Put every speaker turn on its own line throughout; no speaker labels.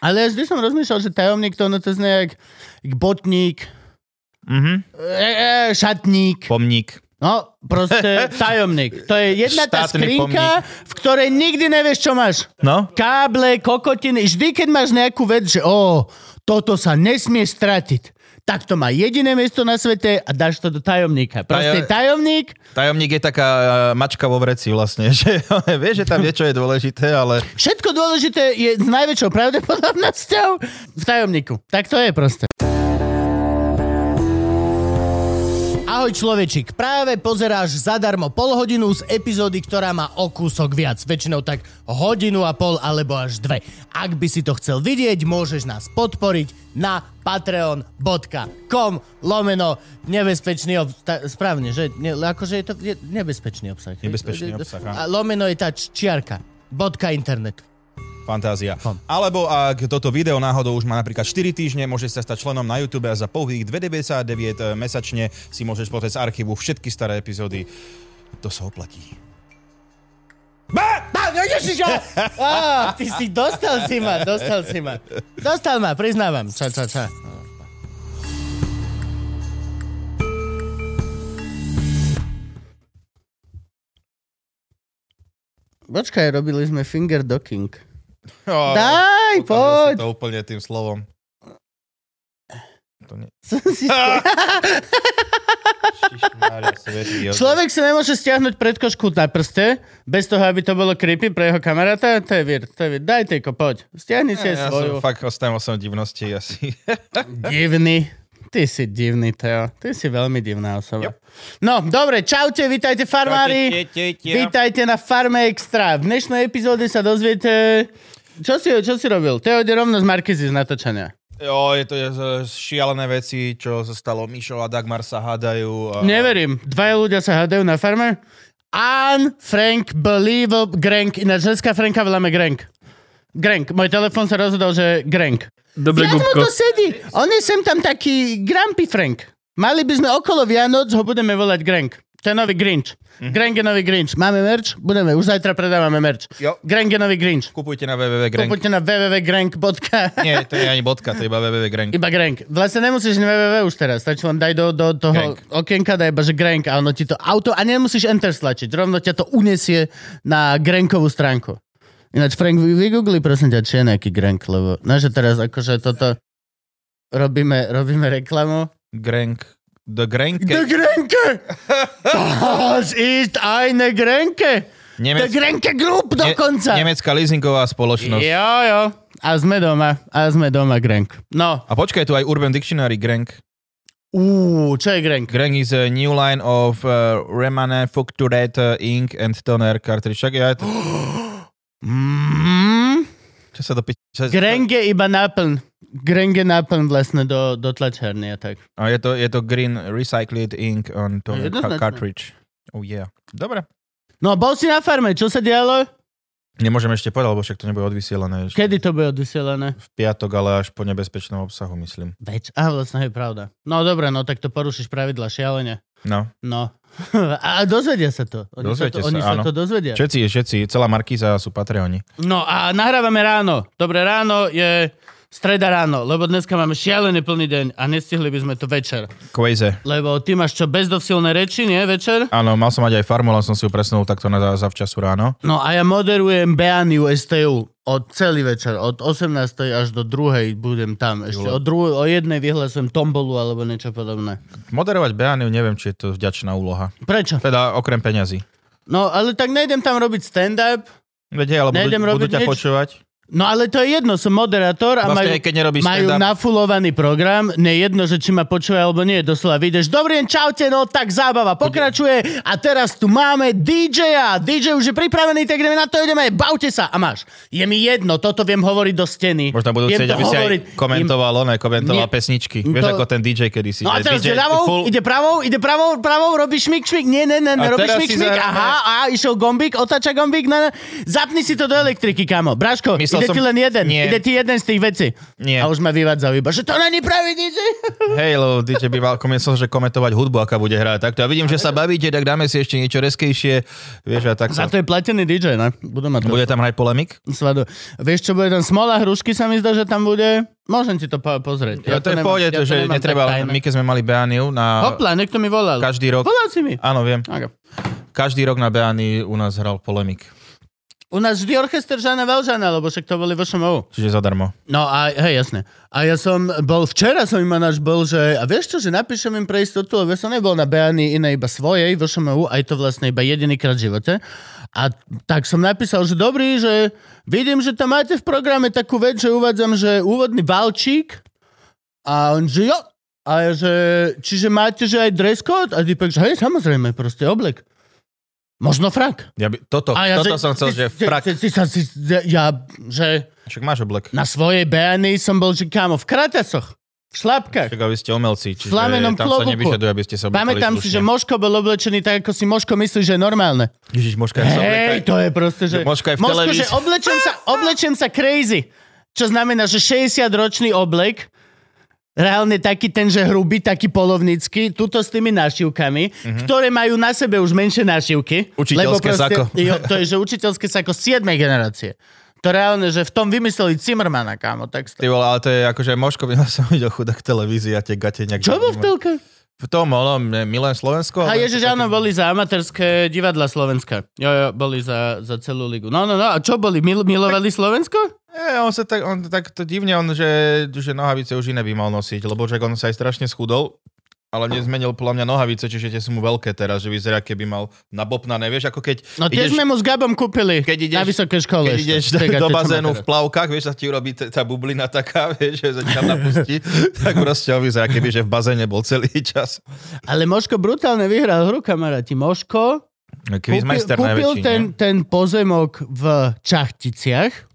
Ale vždy som rozmýšľal, že tajomník to ono to znie jak, jak botník,
Mhm.
e, e, šatník.
Pomník.
No, proste tajomník. To je jedna tá
Štátny
skrinka, v ktorej nikdy nevieš, čo máš.
No?
Káble, kokotiny. Vždy, keď máš nejakú vec, že o, toto sa nesmie stratiť, tak to má jediné miesto na svete a dáš to do tajomníka. Proste
Tajo-
tajomník,
Tajomník je taká e, mačka vo vreci vlastne, že vie, že tam vie, čo je dôležité, ale
všetko dôležité je s najväčšou pravdepodobnosťou v tajomníku. Tak to je proste.
Ahoj človečik, práve pozeráš zadarmo pol hodinu z epizódy, ktorá má o kúsok viac, väčšinou tak hodinu a pol alebo až dve. Ak by si to chcel vidieť, môžeš nás podporiť na patreon.com lomeno nebezpečný obsah. Ta, správne, že? Ne, akože je to je nebezpečný obsah. hej?
Nebezpečný obsah, áno.
A lomeno je tá č- čiarka. Bodka internetu.
fantázia. Alebo ak toto video náhodou už má napríklad 4 týždne, môžeš sa stať členom na YouTube a za pouhých 2,99 mesačne si môžeš pozrieť z archívu všetky staré epizódy. To sa oplatí.
Á, ježiš, á, á, ty si dostal si ma, dostal si ma. Dostal ma, priznávam. Ča, ča, ča.
Počkaj, robili sme finger docking.
Oh,
Daj, poď!
to úplne tým slovom. To nie...
Som si stia-
Šišmária, svetý Jozef.
Človek si nemôže stiahnuť predkošku na prste, bez toho, aby to bolo creepy pre jeho kamaráta. To je vir, to je vir. Daj, tejko, poď. Stiahni si
Ja
svoju.
som fakt ostajem o svojom divnosti asi.
Divný. Ty si divný, Teo. Ty si veľmi divná osoba. No, dobre, čaute, vítajte farmári. Vítajte na Farme Extra. V dnešnej epizóde sa dozviete... Čo si, čo si robil? Teo ide rovno z Markizy z natočenia.
Jo, je to je, z- šialené veci, čo sa stalo. Mišo a Dagmar sa hádajú. A...
Neverím. Dvaja ľudia sa hádajú na farme. An Frank Believable Grank. Ináč dneska Franka voláme Grank. Grank. Môj telefon sa rozhodol, že Grank.
Dobre,
Viac mu
Gubko.
to sedí. On je sem tam taký Grumpy Frank. Mali by sme okolo Vianoc, ho budeme volať Grank. To je nový Grinch. Mm-hmm. Grank je nový Grinch. Máme merch? Budeme. Už zajtra predávame merch.
Jo.
Grank je nový Grinch.
Kupujte na www.grank.
Poďte na www.grank.com.
Nie, to nie je ani bodka, to je iba www.grank.
Iba Grank. Vlastne nemusíš na www už teraz, stačí len daj do, do toho
Grank.
okienka, daj iba, že Grank a ono ti to auto a nemusíš enter stlačiť, rovno ťa to unesie na Grankovú stránku. Ináč, Frank, vy- vygoogli prosím ťa, či je nejaký Grank, lebo no, že teraz akože toto robíme, robíme reklamu.
Grank. The Grank.
Do Granke! Das ist eine Granke! Do
Nemec...
Granke Group dokonca!
Ne- Nemecká leasingová spoločnosť.
Jo, jo. A sme doma. A sme doma, Grank. No.
A počkaj, tu aj Urban Dictionary Grank.
Uuu, čo je Grank?
Grank is a new line of uh, remanufactured uh, ink and toner cartridge. Čak, ja, to, Mm-hmm.
Mm.
čo sa to pi... Čo,
Grenge iba náplň. Grenge náplň vlastne do, do tlačárny a tak.
A je to, je to green recycled ink on toner
Jednoznačne.
ca- cartridge. Oh yeah. Dobre.
No bol si na farme, čo sa dialo?
Nemôžem ešte povedať, lebo však to nebude odvysielané ešte
Kedy to bude odvysielané?
v piatok, ale až po nebezpečnom obsahu, myslím.
Več. A vlastne je pravda. No dobre, no tak to porušíš pravidla šialene.
No.
No. A dozvedia sa to. Oni
Dozviete
sa, to, oni
sa,
sa
áno.
to dozvedia.
Všetci, všetci, celá Markíza sú Patreoni.
No a nahrávame ráno. Dobre, ráno je streda ráno, lebo dneska máme šialene plný deň a nestihli by sme to večer.
Quaze.
Lebo ty máš čo bezdovsilné reči, nie večer?
Áno, mal som mať aj farmu, len som si ju presunul takto na za, za včasu ráno.
No a ja moderujem Beaniu STU od celý večer, od 18. až do 2. budem tam. Ešte o,
Jule.
dru- o jednej vyhlasujem tombolu alebo niečo podobné.
Moderovať Beaniu neviem, či je to vďačná úloha.
Prečo?
Teda okrem peňazí.
No ale tak nejdem tam robiť stand-up.
Viete, ale budú,
Nejdem
budú
robiť
ťa
nič.
počúvať.
No ale to je jedno, som moderátor a majú,
Vlastne, aj keď nerobíš
majú
stand-up,
nafulovaný program. Nie jedno, že či ma počuje alebo nie. Doslova vyjdeš. Dobrý deň, čaute, no tak zábava pokračuje. A teraz tu máme DJ-a. DJ už je pripravený, tak ideme na to, ideme. Bavte sa a máš. Je mi jedno, toto viem hovoriť do steny.
možno budú
Viem
chcieť,
to
aby si aj
hovoriť. Im-
komentoval, ne, komentoval
Nie. No
pesničky. Vieš,
To-
ako ten DJ kedysi.
No a
že
teraz
DJ
ide ľavou,
full-
ide pravou, ide pravou, pravou, robí šmik, šmik, nie, nie, nie, nie
A
robí
teraz
šmik,
si
šmik,
zahráme-
aha, a išiel gombík, otáča gombík, ne, ne. zapni si to do elektriky, kamo. Braško,
Myslel
ide
Myslel som-
ti len jeden.
Nie.
Ide ti jeden z tých vecí.
Nie.
A už ma vyvádzal iba, že to není pravý DJ.
Hej, lebo DJ by mal komentoval, že komentovať hudbu, aká bude hrať. Takto. A vidím, že sa bavíte, tak dáme si ešte niečo reskejšie. Vieš, a tak
Za
sa...
to je platený DJ, ne? Budú mať to.
Bude tam hrať polemik?
Svadu. Vieš, čo bude tam? Smola hrušky sa mi zdá, že tam bude. Môžem ti to po- pozrieť.
Ja, to je v pohode, to, že
nemám tak
netreba, ale
tajné.
my keď sme mali Beaniu na...
Hopla, niekto mi volal.
Každý rok.
Volal si mi.
Áno, viem.
Aga.
Každý rok na Beani u nás hral polemik.
U nás vždy orchester Žana Valžana, lebo však to boli vo ŠMU.
Čiže zadarmo.
No a hej, jasne. A ja som bol, včera som im náš bol, že a vieš čo, že napíšem im pre istotu, lebo ja som nebol na Beani inej iba svojej, vo ŠMU, aj to vlastne iba jedinýkrát v živote. A tak som napísal, že dobrý, že vidím, že tam máte v programe takú vec, že uvádzam, že úvodný valčík a on, že jo. A ja, že, čiže máte, že aj dress code? A typek, že hej, samozrejme, proste oblek. Možno frak.
Ja by, toto,
A ja,
toto som chcel, že
Ty,
frak.
ty, sa- ty, ja, že...
Však máš oblek.
Na svojej beány som bol, že kámo, v kratasoch, v šlapkách.
Však a vy ste umelci, čiže
plamenom
tam sa
klobúku.
nevyžaduje, aby ste sa obliekali
Pamätám si, že
slušne.
Moško bol oblečený tak, ako si Moško myslí, že je normálne.
Ježiš, možka, ja sa
Hej,
obliekaj.
to je proste, že...
Že Moško je v
Moško, že
televízii.
oblečem sa, oblečem sa crazy. Čo znamená, že 60-ročný oblek, reálne taký ten, že hrubý, taký polovnícky, tuto s tými našivkami, ktoré majú na sebe už menšie našivky.
Mhm. Učiteľské sako.
Jo, to je, že učiteľské sako 7. generácie. To reálne, že v tom vymysleli Cimrmana, kámo. Tak
Ty vole, ale to je akože Moško, ja som videl chudák v televízii a tie gate nejak...
Čo bol v telke?
V tom, ono, Milan Slovensko.
A
ale-
ježiš, áno, boli za amatérske divadla Slovenska. Jo, jo, boli za, za celú ligu. No, no, no, a čo boli? Mil- milovali Slovensko?
Nie, E, on sa tak, on tak to divne, on, že, že nohavice už iné by mal nosiť, lebo že on sa aj strašne schudol, ale nezmenil podľa mňa nohavice, čiže tie sú mu veľké teraz, že vyzerá, keby mal nabopnané, vieš, ako keď
No tie
ideš,
sme mu s Gabom kúpili
Keď
na
ideš-
vysoké škole.
keď
ešte.
ideš
Tie gate,
do
čo má
bazénu v
teraz.
plavkách, vieš, sa ti urobí t- tá bublina taká, vieš, že sa ti tam napustí, tak proste on vyzerá, keby že v bazéne bol celý čas.
Ale Moško brutálne vyhral hru, kamaráti. Moško
Quizmeister
kúpil
najväčší,
ten,
ten...
ten pozemok v Čachticiach.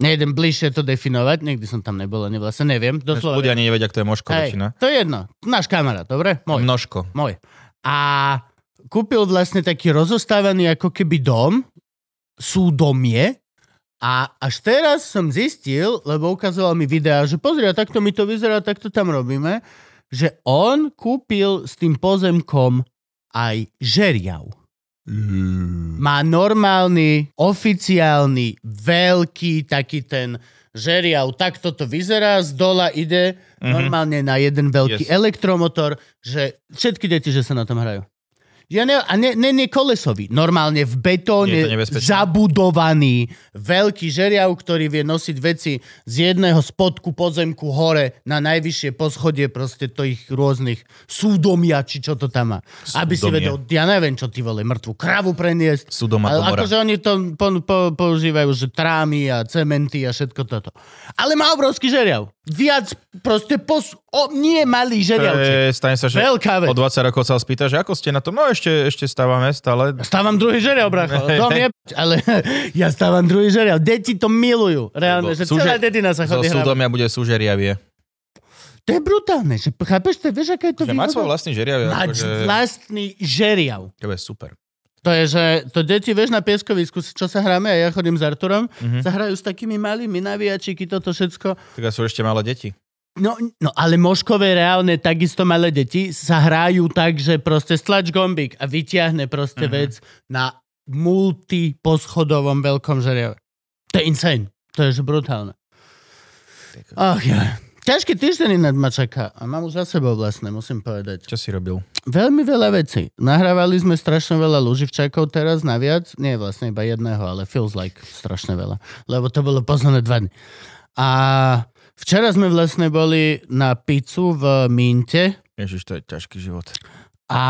Nejdem bližšie to definovať, nikdy som tam nebol, ani vlastne neviem. Doslova.
Ľudia ani nevedia, kto je Moško
Hej,
väčšina.
to je jedno. Náš kamarát, dobre? Môj.
Množko.
Môj. A kúpil vlastne taký rozostávaný ako keby dom, súdomie. A až teraz som zistil, lebo ukazoval mi videá, že pozri, a takto mi to vyzerá, takto tam robíme, že on kúpil s tým pozemkom aj žeriav. Má normálny, oficiálny, veľký taký ten žeriav. Takto to vyzerá, z dola ide normálne na jeden veľký
Mhm. Yes.
elektromotor, že všetky deti, že sa na tom hrajú. Ja ne, a ne, ne, ne kolesový, normálne v
Je
betóne
to nebezpečné.
zabudovaný veľký žeriav, ktorý vie nosiť veci z jedného spodku pozemku hore na najvyššie poschodie proste to ich rôznych súdomia, či čo to tam má. Aby si
Súdomia.
vedel, ja neviem, čo ty vole, mŕtvu kravu preniesť.
Sudoma
Ale
Gomora.
akože oni to po, po, používajú, že trámy a cementy a všetko toto. Ale má obrovský žeriav. Viac proste pos... O, nie malý žeriavček.
E, stane sa, že
Veľká vec.
o 20 rokov sa ho spýta, že ako ste na tom? No ešte, ešte stávame stále.
Stávam druhý žeriav, bracho. Dom je, p- ale ja stávam druhý žeriav. Deti to milujú. Reálne, že celá dedina sa
Zo
chodí hrávať.
súdomia bude súžeriavie.
To je brutálne. Že, chápeš, to, je- vieš, aká je to
Že mať svoj
výhoda?
vlastný žeriavie.
Mať
akože,
vlastný žeriav.
to je super.
To je, že to deti, vieš, na pieskovisku, čo sa hráme, a ja chodím s Arturom,
Mhm.
sa hrajú s takými malými navíjačiky, toto všetko.
Tak sú ešte malé deti.
No, no ale moškové reálne, takisto malé deti sa hrajú tak, že proste stlač gombík a vyťahne proste
Mhm.
vec na multiposchodovom veľkom žeriave. To je insane. To je že brutálne. Ach ja. Ťažký týždeň inak ma čaká. A mám už za sebou vlastne, musím povedať.
Čo si robil?
Veľmi veľa vecí. Nahrávali sme strašne veľa luživčakov teraz naviac. Nie vlastne iba jedného, ale feels like strašne veľa. Lebo to bolo poznané dva dny. A včera sme vlastne boli na pizzu v Minte
Ježiš, to je ťažký život.
a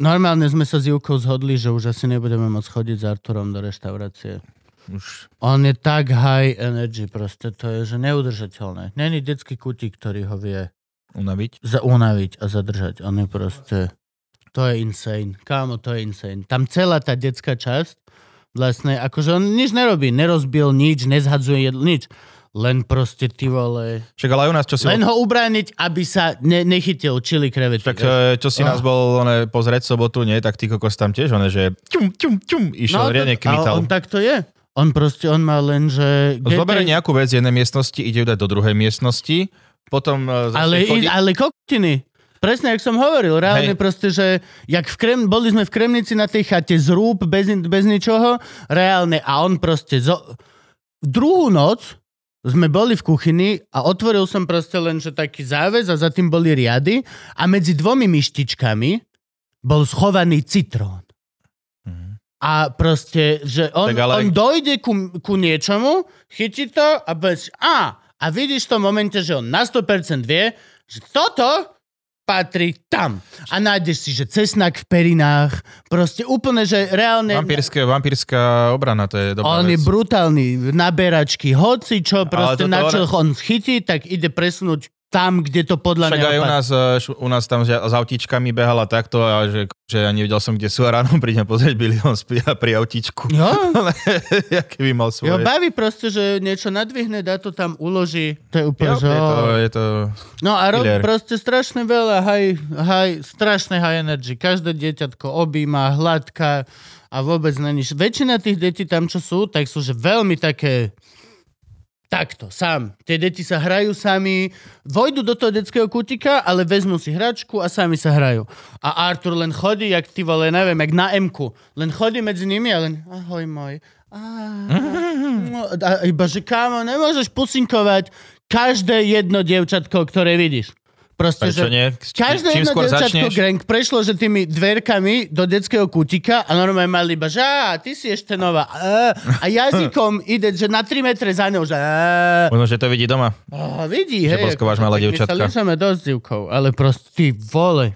normálne sme sa s Júkou zhodli, že už asi nebudeme môcť chodiť s Arturom do reštaurácie.
Už.
On je tak high energy proste, to je že neudržateľné. Není detský kutík, ktorý ho vie
Unaviť?
zaunaviť a zadržať. On je proste... To je insane. Kámo, to je insane. Tam celá tá detská časť, vlastne, akože on nič nerobí. Nerozbil nič, nezhadzuje jedlo, nič. Len proste ty vole...
Však ale aj u nás, čo si...
Len ho ubrániť, aby sa ne- nechytil čili krevetu.
Však, e, čo si
Ah.
nás bol one, pozrieť sobotu, nie? Tak ty kokos tam tiež, one, že ťum, ťum, ťum, išiel, no, riadne
a
kmital.
on tak to je. On proste, on má len, že...
Zoberie nejakú vec z jednej miestnosti, ide ju dať do druhej miestnosti, potom... e, začne
Ale, i,
chodiť-
ale kokotiny. Presne, jak som hovoril, reálne
Hej.
proste, že jak v Krem, boli sme v Kremnici na tej chate z rúb, bez, bez ničoho, reálne, a on proste... Zo... Druhú noc sme boli v kuchyni a otvoril som proste len, že taký záväz a za tým boli riady a medzi dvomi myštičkami bol schovaný citrón. A proste, že on,
Mhm. Tak ale-
on dojde ku, ku niečomu, chytí to a bez... A, a vidíš to v momente, že on na 100% vie, že toto patrí tam. A nájdeš si, že cesnak v perinách, proste úplne, že reálne...
Vampírske, vampírska obrana, to je
On
dobrá vec.
je brutálny, naberačky, hoci čo, proste
toto
na
ona-
čo on chytí, tak ide presunúť tam, kde to podľa
Však
mňa
aj u nás, e, š- u nás tam že- s autíčkami behala takto, a že, že ja nevedel som, kde sú a ráno prídem pozrieť, byli on spí a pri autíčku.
Jo,
Ja keby mal
jo,
svoje.
baví proste, že niečo nadvihne, dá to tam, uloží, to je úplne,
Jo,
že...
je to, je to...
No a robí
Killer.
proste strašne veľa high, high, strašne high energy. Každé dieťatko objíma, hladká a vôbec není. Väčšina tých detí tam, čo sú, tak sú že veľmi také takto, sám. Tie deti sa hrajú sami, vojdu do toho detského kutika, ale vezmú si hračku a sami sa hrajú. A Artur len chodí, jak ty vole, neviem, jak na m Len chodí medzi nimi a len, ahoj môj. Á, no, A iba, že kámo, nemôžeš pusinkovať každé jedno dievčatko, ktoré vidíš. Proste, že
Prečo nie?
Každé
Čím
jedno
skôr
dievčatko
začneš?
Grenk prešlo, že tými dverkami do detského kutika a normálne mali iba, že á, ty si ešte nová. Á, a jazykom ide, že na 3 metre za ňou, že á,
Možno, že to vidí doma.
Á, vidí, hej.
Že boskováš malé
tak my
dievčatka.
sa líšame dosť divkou, ale proste, ty vole.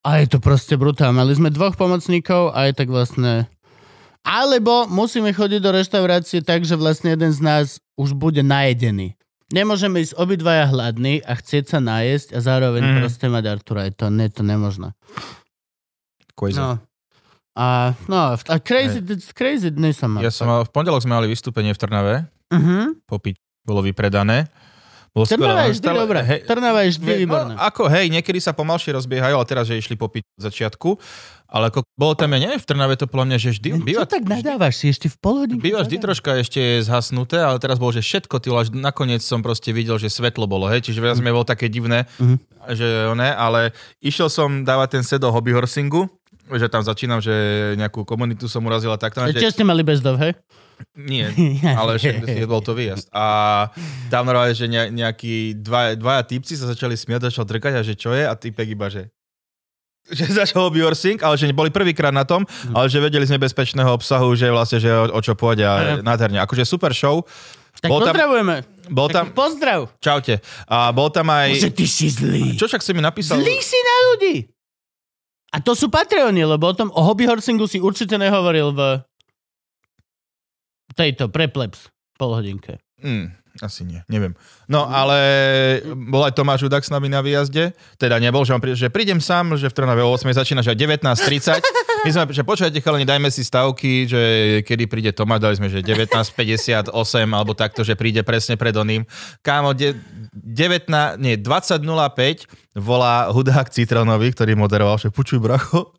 A je to proste brutálne. Mali sme dvoch pomocníkov a je tak vlastne... Alebo musíme chodiť do reštaurácie tak, že vlastne jeden z nás už bude najedený. Nemôžeme ísť obidvaja hladní a chcieť sa najesť a zároveň mm.
Mhm.
proste mať Artura. Je to, nie, to nemožné.
Kojza.
No. A, no, a crazy, crazy dny som mal.
Ja som mal, v pondelok sme mali vystúpenie v Trnave,
Uh-huh.
popiť bolo vypredané. Bolo
Trnava
skvelé.
je vždy
Stále-
dobrá.
hej,
Trnava je vždy výborná.
No, ako hej, niekedy sa pomalšie rozbiehajú, ale teraz, že išli popiť od začiatku. Ale ako bolo tam, ja neviem, v Trnave to podľa mňa, že vždy
No, Hm,
býva,
Čo tak nadávaš si ešte v polhodinku?
býva vždy troška ešte zhasnuté, ale teraz bolo, že všetko, ty až nakoniec som proste videl, že svetlo bolo, hej, čiže viac mi bolo také divné,
Mhm.
že ne, ale išiel som dávať ten set do hobby horsingu, že tam začínam, že nejakú komunitu som urazil a takto.
Že...
že-
Tiež ste mali bezdov, hej?
No, nie, ale však je- bol to výjazd. A tam normálne, že ne- nejakí dva, dvaja typci sa začali smiať, začal drkať a že čo je a typek iba, že že začal by Orsing, ale že boli prvýkrát na tom, ale že vedeli z nebezpečného obsahu, že vlastne, že o, o čo pôjde a nádherne. Akože super show.
Tak
Bol tam-
pozdravujeme.
Bol
Tam...
tam,
Pozdrav.
čaute, a bol tam
Že
aj,
ty si zlý.
čo však si mi napísal?
Zlý si na ľudí. A to sú Patreoni, lebo o tom o hobby horsingu si určite nehovoril v tejto prepleps polhodinke.
Mm, asi nie, neviem. No ale bol aj Tomáš Udak s nami na výjazde, teda nebol, že, on prí, že prídem sám, že v Trnave o 8 začínaš že 19.30. My sme, že počujete, chalani, dajme si stavky, že kedy príde Tomáš, dali sme, že 19.58 alebo takto, že príde presne pred oným. Kámo, de, 19, nie, 20.05 volá Hudák Citronovi, ktorý moderoval, že počuj bracho.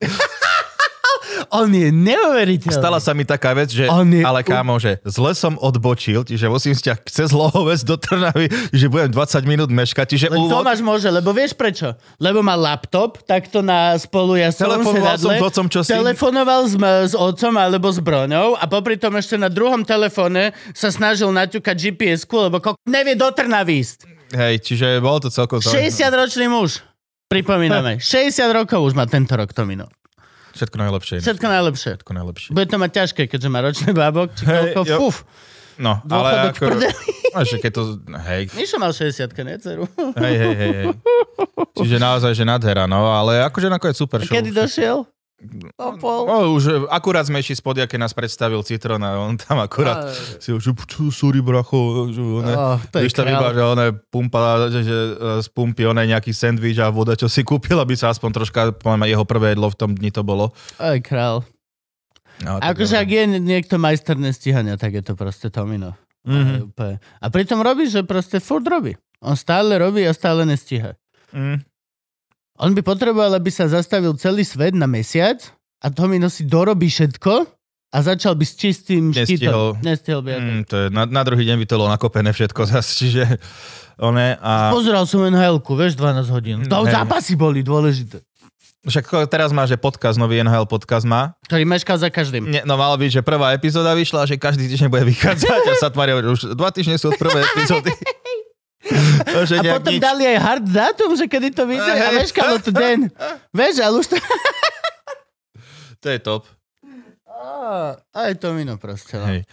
On je neuveriteľný.
Stala sa mi taká vec, že
On je-
ale kámo, že zle som odbočil, čiže musím si ťa cez Lohovec do Trnavy, že budem 20 minút meškať, čiže
Len
úvod...
Tomáš môže, lebo vieš prečo? Lebo má laptop, takto na spolu ja som
Telefonoval som s otcom, čo si-
Telefonoval s, s otcom alebo s Broňou a popri tom ešte na druhom telefóne sa snažil naťukať GPS-ku, lebo kok... nevie do Trnavy ísť.
Hej, čiže bolo to celkom... zaujímavé.
60-ročný muž. Pripomíname, 60 rokov už má tento rok to minul.
Všetko najlepšie.
Všetko najlepšie.
Všetko najlepšie.
Bude to mať ťažké, keďže má ročný bábok. Či
Hej,
koľko,
jo.
fuf.
No, ale
Dôchodok v
ako...
prdeli.
A že keď to... Hej,
Mišo mal 60 ne, dceru?
hej, hej, hej. hej. Čiže naozaj, že nádhera, no, ale akože nakoniec super show.
Kedy došiel? O pol.
No, už akurát sme išli spod, aké nás predstavil Citron a on tam akurát
Aj.
si už, čo, sorry bracho, že one,
Oh, to je
Víš tam
král.
iba, že ona pumpa, že, že eh, z pumpy ona nejaký sendvič a voda, čo si kúpil, aby sa aspoň troška, poviem, jeho prvé jedlo v tom dni to bolo.
Aj král.
No, tak
Akože ak
dobre.
je niekto majsterné stíhania, tak je to proste Tomino.
Mhm.
Mm-hmm. A pritom robí, že proste furt robí. On stále robí a stále nestíha.
Mm.
On by potreboval, aby sa zastavil celý svet na mesiac a Tomino si dorobí všetko a začal by s čistým štítom.
Nestihol.
Nestihol by. Mm.
Mm, to je, na, na druhý deň by to bolo nakopené všetko zas, čiže one a... No,
Pozeral som NHL-ku, vieš, 12 hodín. To
hej.
zápasy boli dôležité.
Však ko- teraz má, že podcast, nový NHL podcast má.
Ktorý meškal za každým.
Nie, no malo byť, že prvá epizóda vyšla, že každý týždeň bude vychádzať a Satmaria hovorí, už dva týždne sú od prvej epizódy.
A
Takže nejak
potom
nič.
dali aj hard dátum, že kedy to vyjde a
Hej.
meškalo to den. Vieš, ale už to...
To je top.
Á, Aj to mino proste. no.
Hej.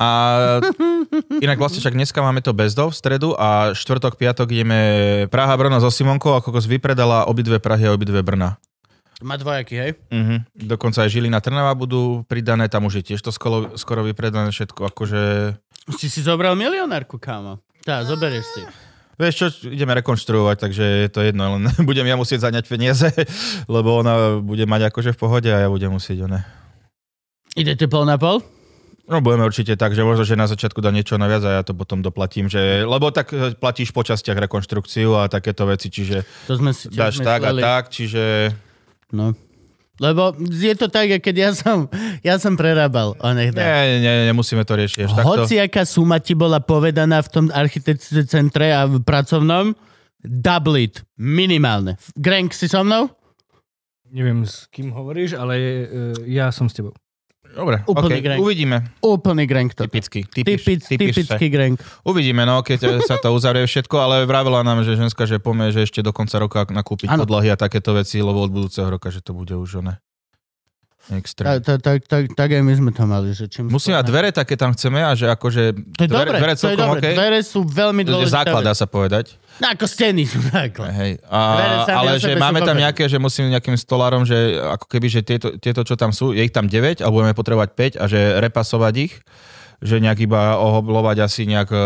A inak vlastne však dneska máme to bezdov v stredu a štvrtok, piatok ideme Praha, Brno so Simonkou a kokos vypredala obidve Prahy a obidve Brna.
Má dvojaký, hej?
Mhm. Dokonca aj Žilina Trnava budú pridané, tam už je tiež to skoro, skoro vypredané všetko, akože...
Si si zobral milionárku, kámo. Tá, zoberieš si.
Vieš čo, ideme rekonštruovať, takže je to jedno, len budem ja musieť zaňať peniaze, lebo ona bude mať akože v pohode a ja budem musieť, ne.
Idete pol na pol?
No budeme určite tak, že možno, že na začiatku dá niečo naviac a ja to potom doplatím, že, lebo tak e, platíš po častiach rekonštrukciu a takéto veci, čiže
To sme si tiež
dáš tak a
mysleli.
tak, čiže...
No. Lebo je to tak, keď ja som, ja som prerábal o nechda.
Nie, nie, nemusíme to riešiť až takto.
Teda. Hoci aká suma ti bola povedaná v tom architekte centre a v pracovnom, double it, minimálne. Grenk si so mnou?
Neviem, s kým hovoríš, ale e, ja som s tebou.
Dobre,
Úplný
okay,
grank.
uvidíme.
Úplný grenk to.
Typicky, typiš,
Typic,
typiš sa.
typický grenk.
Uvidíme, no, keď e, sa to uzavrie všetko, ale vravela nám, že ženská, že pomie, že ešte do konca roka nakúpiť
Áno.
podlahy a takéto veci, lebo od budúceho roka, že to bude už oné.
Tak,
Extra.
tak, tak, tak, tak aj my sme to mali. Že čím
Musíme mať
skôr-
dvere také tam chceme a že akože...
To je
dvere,
dobre, to
dvere
je
celkom
dobre.
okej.
Dvere sú veľmi
Že
dôležité.
základ, dá sa povedať.
No ako steny sú základ.
Hej. A,
Dvere sami
ale
o
že
sebe sú
máme tam
dobre.
nejaké, že musím nejakým stolárom, že ako keby, že tieto, tieto čo tam sú, je ich tam 9 a budeme potrebovať 5 a že repasovať ich že nejak iba ohoblovať asi nejak e,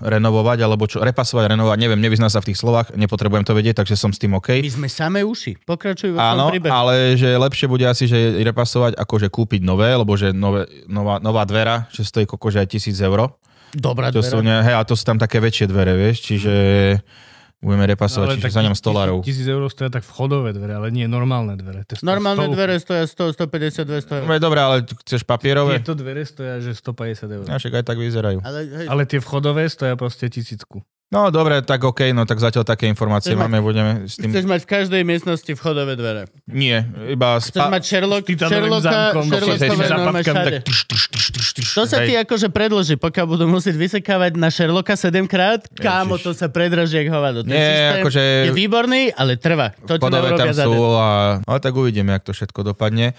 renovovať, alebo čo, repasovať, renovovať, neviem, nevyznám sa v tých slovách, nepotrebujem to vedieť, takže som s tým OK.
My sme samé uši. Pokračuj vo svojom
Áno,
príbehu.
ale že lepšie bude asi, že repasovať, ako že kúpiť nové, lebo že nové, nová, nová dvera, že stojí kokože aj tisíc eur.
Dobrá
To sú
dvera.
ne, hej, a to sú tam také väčšie dvere, vieš, čiže
No.
budeme repasovať, čiže za ňom 100 dolárov.
Tisíc eur stoja tak vchodové dvere, ale nie normálne dvere. To je sto-
Normálne
stovku.
dvere stoja 100, 150, 200 eur.
Dobre, dobre, ale tu chceš papierové?
Tieto dvere stoja, že 150 eur.
Ja však aj tak vyzerajú.
Ale hej,
Ale tie vchodové stoja proste tisícku.
No dobre, tak OK, no tak zatiaľ také
Chceš
informácie
mať-
máme, budeme s tým...
chceš mať v každej miestnosti vchodové dvere.
Nie, iba
Chceš
spa...
mať Sherlock,
S titánovým
Sherlocka,
zámkom,
s
Sherlockové
tým
normálne
západkami,
všade.
Tš, tš, tš, tš, tš,
To sa
hej.
ti akože predlží, pokiaľ budú musieť vysekávať na Sherlocka 7 krát, kámo,
Ježiš.
to sa predraží, jak hovado. Ten
Nie,
systém
akože-
je výborný, ale trvá. To ti
Podové tam
neurobia za
sú
deň.
a... Ale tak uvidíme, jak to všetko dopadne.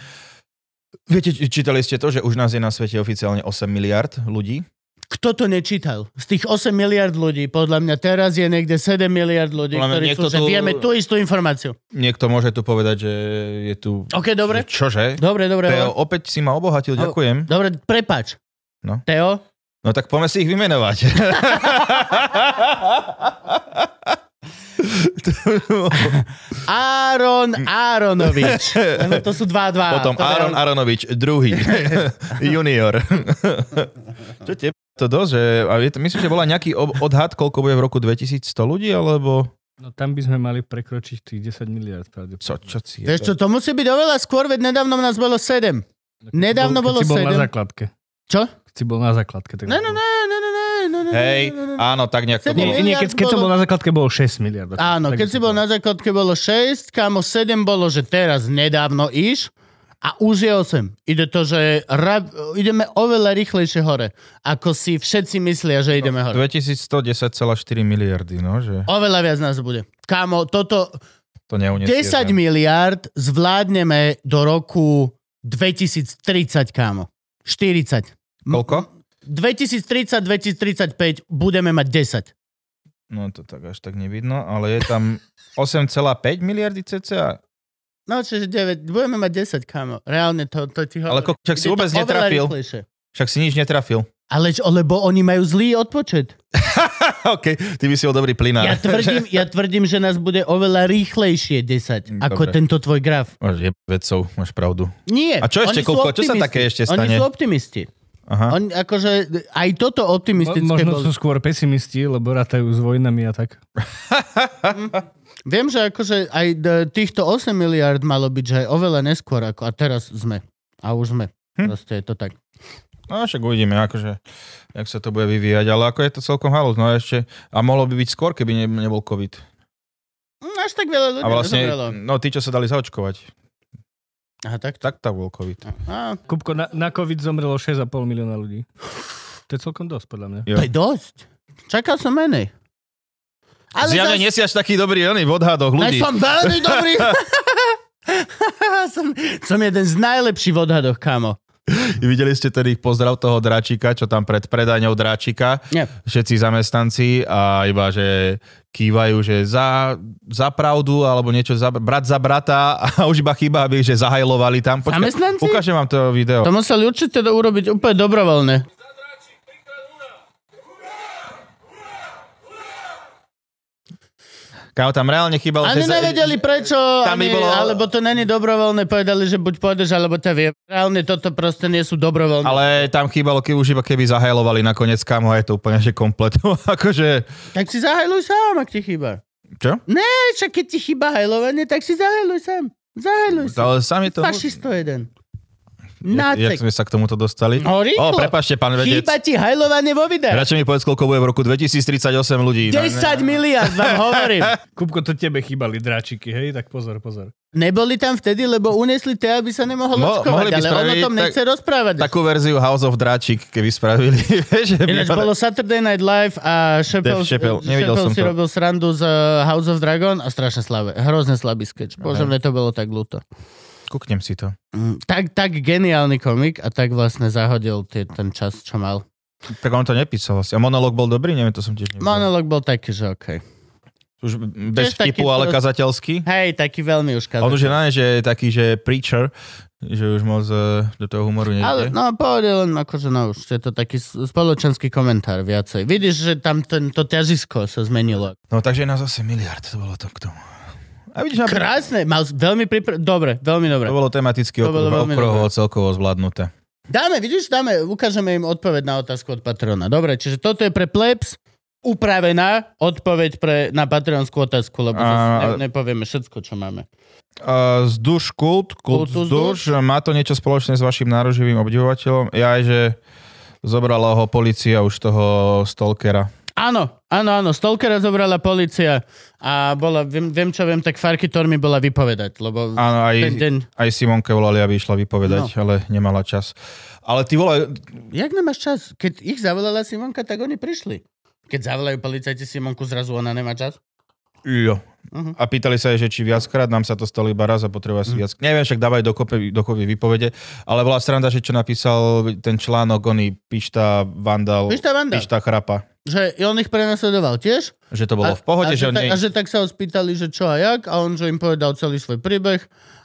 Viete, či- čítali ste to, že už nás je na svete oficiálne 8 miliard ľudí?
Kto to nečítal? Z tých 8 miliard ľudí, podľa mňa teraz je niekde 7 miliard ľudí,
Podľa mňa
ktorí
niekto
sú, že
tu-
vieme tú istú informáciu.
Niekto môže tu povedať, že je tu...
OK, dobre?
Čože?
Dobre, dobre. no.
Teo,
Teo.
opäť si ma obohatil,
Ale-
ďakujem.
Dobre, prepač.
No.
Teo,
No tak poďme si ich vymenovať.
Áron Áronovič. Lebo no, to sú dva, dva.
Potom
Dobre,
Aaron Aronovič, druhý. Junior. Čo te to dosť, že, a je to, myslím, že bola nejaký ob- odhad, koľko bude v roku 2100 ľudí, alebo
No tam by sme mali prekročiť tých 10 miliard pravdepodobne.
čo, čo si
Vieš čo, to musí byť oveľa skôr, veď nedávno nás bolo 7.
Keď
nedávno
bol,
bolo
keď si bol na
sedem.
základke.
Čo?
Keď si bol na základke. Tak
Ne, ne, ne, ne, ne, ne, ne,
Hej,
ne, ne, ne.
áno, tak nejak to
Sedem
bolo.
Nie, nie, keď, keď som bol na základke, bolo 6 miliard.
Áno, keď
Tak
si
by som
bol
povedal.
na základke, bolo 6, kamo 7 bolo, že teraz nedávno iš a už je 8. Ide to, že ra- ideme oveľa rýchlejšie hore, ako si všetci myslia,
No,
že ideme hore.
2110,4 miliardy, no, že
Oveľa viac nás bude. Kámo, toto
to neuniesieš.
10
ne?
miliard zvládneme do roku 2030, kámo. 40.
Koľko?
2030-2035 budeme mať 10.
No to tak až tak nevidno, ale je tam 8,5 miliardy cca.
No, čiže 9, budeme mať 10, kámo. Reálne to, to ti hovorím.
Ale ko- však
Ide to
si vôbec
oveľa
netrafil.
rýchlejšie.
Však si nič netrafil.
Ale čo, lebo oni majú zlý odpočet.
OK, ty by si bol dobrý plynár.
Ja tvrdím, ja tvrdím, že nás bude oveľa rýchlejšie 10,
Mm, Dobre.
ako tento tvoj graf.
Máš jeb- vedcov, máš pravdu.
Nie.
A čo ešte,
oni sú
koľko? Čo sa
optimisti.
také ešte
Oni
stane?
sú optimisti.
Aha.
Oni, akože, aj toto optimistické
Mo- Možno
bolo.
sú skôr pesimisti, lebo ratajú s vojnami a tak.
Viem, že akože aj d- týchto 8 miliard malo byť, že aj oveľa neskôr ako a teraz sme. A už sme.
Hm?
Proste je to tak.
No však uvidíme, akože, jak sa to bude vyvíjať, ale ako je to celkom halus, no a ešte, a mohlo by byť skôr, keby ne, nebol COVID.
Mm, Až tak veľa ľudí
A vlastne,
nezomrelo.
no tí, čo sa dali zaočkovať,
Aha, tak?
tak tak bol COVID.
Á,
Kupko, na, na COVID zomrelo 6,5 milióna ľudí. To je celkom dosť, podľa mňa.
to je dosť. Čakal som menej.
Ale Zjavne nie si až taký dobrý oný v odhadoch
Aj
ľudí.
som veľmi dobrý. som, som jeden z najlepších v odhadoch, kamo.
Videli ste ten ich pozdrav toho dráčika, čo tam pred predajňou dráčika,
Nie.
všetci zamestnanci a iba, že kývajú, že za, za pravdu alebo niečo, za, brat za brata a už iba chyba, aby že zahajlovali tam.
Zamestnanci?
ukážem vám to video.
To museli určite do- urobiť úplne dobrovoľne.
Kámo, tam reálne chýbalo...
Ani
že za-
nevedeli prečo,
Tam by
ani,
bolo-
alebo to není dobrovoľné, povedali, že buď pôjdeš, alebo ťa vie. Reálne toto proste nie sú dobrovoľné.
Ale tam chýbalo, keď už iba keby zahajlovali nakoniec, kámo, a je to úplne, že komplet. akože,
Tak si zahajluj sám, ak ti chýba.
čo?
Ne, však keď ti chýba hajlovanie, tak si zahajluj sám. Zahajluj sa.
Ale sami No, to...
Fašisto jeden.
Jak, jak
Nácek.
sme sa k tomuto dostali?
No,
o,
rýchlo.
prepašte, pán vedec.
Chýba ti hajlovanie vo videu.
Radšej mi povedz, koľko bude v roku 2038 ľudí.
10 miliard vám hovorím.
Kupko, to tebe chýbali dráčiky, hej? Tak pozor, pozor.
Neboli tam vtedy, lebo uniesli to, aby sa nemohol
Mo-
očkovať,
mohli
ale
by
on o
spraviť
tom
tak-
nechce rozprávať.
Takú verziu House of Dráčik, keby spravili. že
Ináč
by
bolo Saturday Night Live a Chappelle,
Dave Chappelle. Nevidel
Chappelle
som
si
to.
robil srandu z uh, House of Dragon a strašne slabé. Hrozne slabý sketch. Bože, mne to bolo tak ľúto.
Kúknem si to.
Mm, Tak, tak geniálny komik a tak vlastne zahodil tie, ten čas, čo mal.
Tak on to nepísal asi. A monolog bol dobrý? Neviem, to som tiež nevidel.
Monolog bol taký, že okej.
Už
Tiež
bez
taký
vtipu, ale
prost-
kazateľský.
Hej, taký veľmi už
A
kazal.
on už je na ne, že je taký, že preacher, že už moc eh, do toho humoru nejde.
Ale no pohode len akože no už je to taký s- spoločenský komentár viacej. Vidíš, že tam ten, to ťažisko sa zmenilo.
No takže je nás zase miliard, to bolo to k tomu. A vidíš, napríklad,
Krásne, mal s- veľmi pripr... Dobre, veľmi dobre.
to bolo tematicky
To bolo
okruh-
veľmi
okruhovo celkovo zvládnuté.
Dáme, vidíš, dáme, ukážeme im odpoveď na otázku od Patrona. Dobre, čiže toto je pre plebs upravená odpoveď pre, na patronskú otázku, lebo
A-
zase ne, nepovieme všetko, čo máme.
Uh, zduš kult, kult
Kultus
zduš, má to niečo spoločné s vašim nároživým obdivovateľom? Ja aj, že zobrala ho policia už toho stalkera.
Áno, áno, áno, Stalkera zobrala policia a bola, viem, viem čo viem, tak Farkitor mi bola vypovedať, lebo
Áno, aj,
ten No. deň...
aj Simonke volali, aby išla vypovedať, ale nemala čas. Ale ty vole,
Jak nemáš čas? Keď ich zavolala Simonka, tak oni prišli. Keď zavolajú policajti Simonku, zrazu ona nemá čas?
jo.
Mhm.
A pýtali sa jej, že či viackrát, nám sa to stalo iba raz a potreba si viac. Neviem, však dávaj dokopy, dokopy výpovede, ale bola sranda, že čo napísal ten článok, oný Pišta Vandal,
Pišta Vandal.
Pišta Chrapa.
Že on ich prenasledoval tiež?
Že to bolo v pohode,
a
že on
tak,
nie...
A že tak sa ho spýtali, že čo a jak, a on že im povedal celý svoj príbeh,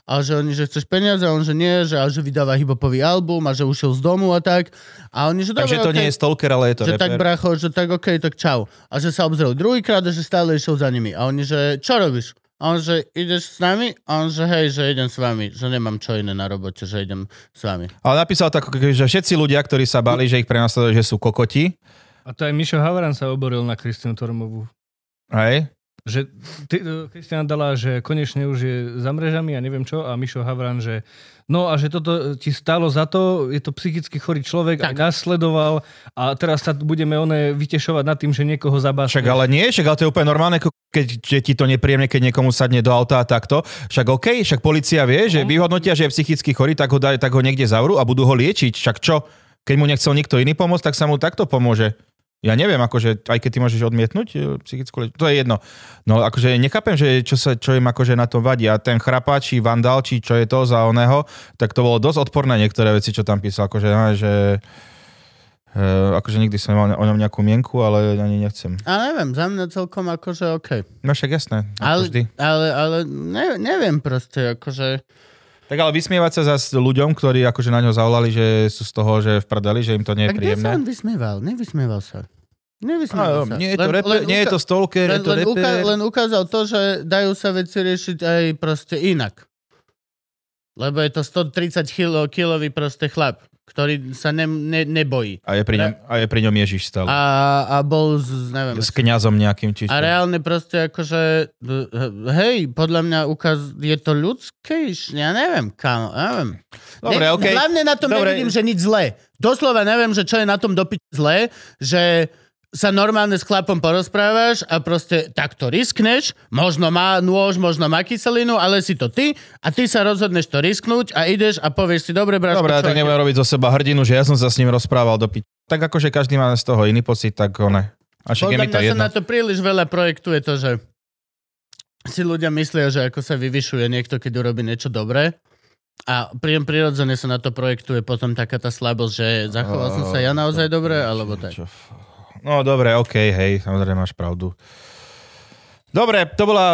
a že oni, že chceš peniaze, a on, že nie, že, a že vydáva hibopový album, a že ušiel z domu a tak. A oni, že
Takže
dobre,
to nie je stalker, ale je to
že
reper.
tak bracho, že tak okej, tak čau. A že sa obzrel druhýkrát a že stále išiel za nimi. A oni, že čo robíš? A on, že ideš s nami? A on, že hej, že idem s vami, že nemám čo iné na robote, že idem s vami.
Ale napísal tak, že všetci ľudia, ktorí sa bali, že ich prenasledujú, že sú kokoti,
A to aj Mišo Havran sa oboril na Kristinu Tormovú.
hej?
Že ty, e, Kristina dala, že konečne už je za mrežami a neviem čo a Mišo Havran, že no a že toto ti stálo za to, je to psychicky chorý človek, tak. aj nás sledoval a teraz sa budeme one vytešovať nad tým, že niekoho zabásne.
Však ale nie, však ale to je úplne normálne, ko- keď že ti to nepríjemne, keď niekomu sadne do auta a takto. Však OK, však policia vie, že vyhodnotia, že je psychicky chorý, tak ho, daj, tak ho niekde zavrú a budú ho liečiť. Však čo? Keď mu nechcel nikto iný pomôcť, tak sa mu takto pomôže. Ja neviem, akože, aj keď ty môžeš odmietnúť e, psychickú lieč... to je jedno. No akože nechápem, že čo, sa, čo im akože na tom vadí. A ten chrapá, či vandal, či čo je to za oného, tak to bolo dosť odporné niektoré veci, čo tam písal. Akože, no, že... E, akože nikdy som nemal o ňom nejakú mienku, ale ani nechcem.
A neviem, za mňa celkom akože okej.
No však jasné, ako
Ale,
vždy.
ale, ale ne, neviem proste, akože...
Tak ale vysmievať sa zase ľuďom, ktorí akože na ňo zavolali, že sú z toho, že v prdeli, že im to nie
A kde
je
sa
príjemné.
on vysmieval? Nevysmieval sa.
Á,
Nevysmieval sa.
nie je to, repe, nie je to stalker,
len,
je to
len, uka-
reper.
len ukázal to, že dajú sa veci riešiť aj proste inak. Lebo je to 130 kilo, kilový proste chlap. ktorý sa ne, ne, nebojí.
A je pri ňom, a je pri ňom Ježiš stále.
A, a bol, z, neviem,
S kňazom nejakým, či
A reálne proste akože, hej, podľa mňa ukaz, je to ľudské, ja neviem, kam, neviem.
Dobre,
ne,
okej.
Hlavne na tom
Dobre.
Dobre. nevidím, že nič zlé. Doslova neviem, že čo je na tom dopiť zlé, že sa normálne s chlapom porozprávaš a proste takto riskneš, možno má nôž, možno má kyselinu, ale si to ty a ty sa rozhodneš to risknúť a ideš a povieš si, dobre, bráško,
Dobre, tak nebudem robiť zo seba hrdinu, že ja som sa s ním rozprával do piť. Tak akože každý má z toho iný pocit, tak one. A však je
Podľa
mi to
mňa sa
jedno.
na to príliš veľa projektuje to, že si ľudia myslia, že ako sa vyvyšuje niekto, keď urobí niečo dobré. A príjem prirodzene sa na to projektuje potom taká tá slabosť, že zachoval som sa ja naozaj dobre, alebo tak.
Čo f- No dobre, okej, hej, samozrejme máš pravdu. Dobre, to bola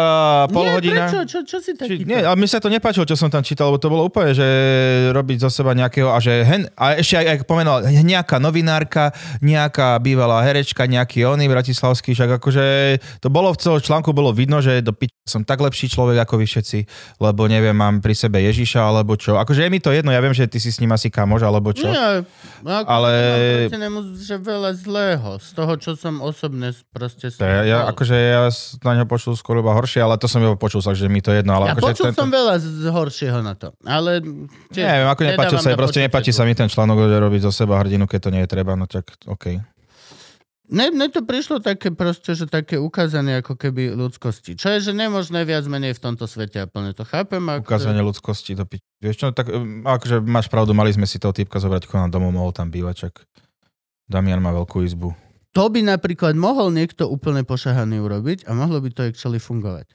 uh, pol
nie,
hodina.
prečo? Čo, čo si taký?
Či, nie, a mne sa to nepáčilo, čo som tam čítal, lebo to bolo úplne, že robiť zo seba nejakého a že hen, a ešte aj, aj pomenoval, nejaká novinárka, nejaká bývalá herečka, nejaký oný bratislavský, však akože to bolo v celom článku, bolo vidno, že do pič, som tak lepší človek ako vy všetci, lebo neviem, mám pri sebe Ježiša alebo čo. Akože je mi to jedno, ja viem, že ty si s ním asi kamož alebo čo.
Nie, ako
Ale-
nemám proti nemu, že veľa zlého z toho, čo som osobne proste...
To Ja,
no.
ja, akože ja s- na neho počul skôr iba horšie, ale to som iba počul, takže mi to jedno.
ja
Ale akože
počul som veľa z z horšieho na to, ale... tiež
Neviem, ako
nedávam
nepáčil sa,
na
proste
počutie
nepáči sa mi ten článok, že robiť zo seba hrdinu, keď to nie je treba, no tak OK.
Ne, mne to prišlo také proste, že také ukázanie ako keby ľudskosti. Čo je, že nemožné viac menej v tomto svete. Ja plne to chápem. A
Ukázanie ľudskosti do piči. Vieš čo, tak um, akože máš pravdu, mali sme si toho typka zobrať konan domov, mohol tam bývať, čak Damian má veľkú izbu.
To by napríklad mohol niekto úplne pošahaný urobiť a mohlo by to actually fungovať.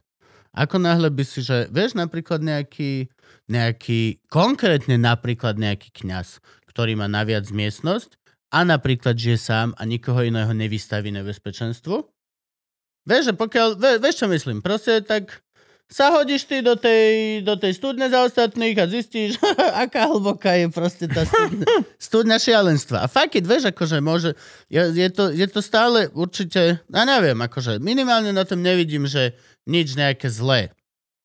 Ako náhle by si, že vieš napríklad nejaký, nejaký konkrétne napríklad nejaký kňaz, ktorý má naviac miestnosť a napríklad žije sám a nikoho iného nevystaví nebezpečenstvu. Vieš, že pokiaľ, ve, vieš čo myslím, proste tak sa hodíš ty do tej, do tej studne za ostatných a zistíš, aká hlboká je proste tá studňa, studňa šialenstva. A fakt it, vieš, akože môže, je, je, to, je to stále určite, ja neviem, akože minimálne na tom nevidím, že nič nejaké zlé.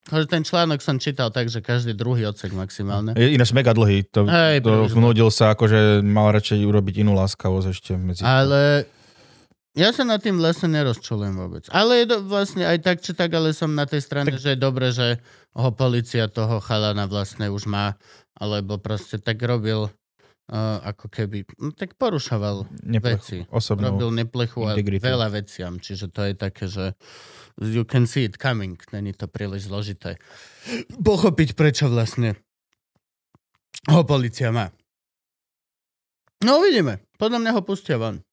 Akože ten článok som čítal tak, že každý druhý odsek maximálne.
Je ináč mega dlhý, to,
Hej,
to
príliš dlhý.
nudil sa, akože mal radšej urobiť inú láskavosť ešte medzi...
Ale ja sa nad tým vlastne nerozčulujem vôbec. Ale je to vlastne aj tak, či tak, ale som na tej strane, tak... že je dobré, že ho policia toho chalana vlastne už má, alebo proste tak robil, uh, ako keby, no, tak porušoval veci.
Neplech,
Robil
osobnú.
neplechu a
No, integritu.
veľa veciam, čiže to je také, že you can see it coming, není to príliš zložité. Pochopiť, prečo vlastne ho policia má. No uvidíme. Podľa mňa ho pustia von.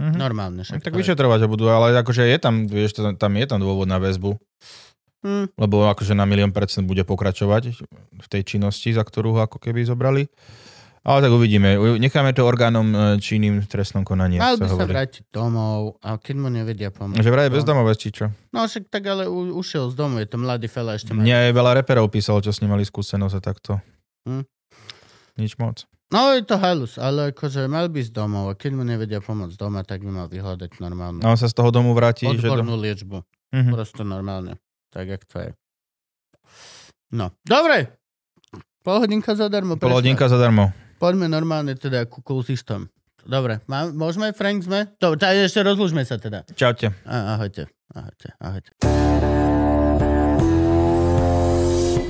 Mhm.
Normálne však. to
Tak
je.
vyšetrovať ho budú, ale akože je tam, vieš, to- tam je tam dôvod na väzbu.
Hm.
lebo akože na milión percent bude pokračovať v tej činnosti, za ktorú ho ako keby zobrali. Ale tak uvidíme. U- Necháme to orgánom e, činným v trestnom konaní.
Mal
ako
by
sa
sa
hovorí.
vrátiť domov a keď mu nevedia pomôcť.
Že vraj je
no.
bezdomovec, či čo?
No však tak ale u, ušiel z domu, je to mladý fela ešte. Mladý.
Mne aj veľa reperov písalo, čo s ním mali skúsenosť a takto.
Hm.
Nič moc.
No je to halus, ale akože mal by z domov a keď mu nevedia pomôcť doma, tak by mal vyhľadať normálnu
A on sa z toho domu vráti.
odbornú
No, Že
liečbu.
do... Mhm.
Prosto normálne. Tak, jak to je. No, dobre. Pol hodinka zadarmo.
Pol
prešla.
hodinka zadarmo.
Poďme normálne teda ku kultistom. Dobre, má, môžeme, Frank, sme? To, tá, ešte rozlúžme sa teda.
Čaute.
A, ahojte, ahojte, ahojte.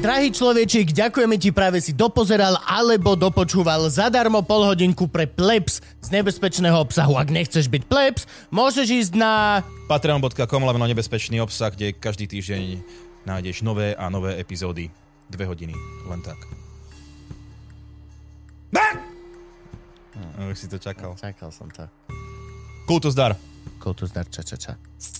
Drahý človečik, ďakujeme ti, práve si dopozeral alebo dopočúval zadarmo pol hodinku pre plebs z nebezpečného obsahu. Ak nechceš byť plebs, môžeš ísť na...
Patreon.com, lebo nebezpečný obsah, kde každý týždeň nájdeš nové a nové epizódy. Dve hodiny. Len tak. Už si to čakal.
Čakal som to.
Hm, Kultus dar.
Kultus dar, ča, ča, ča.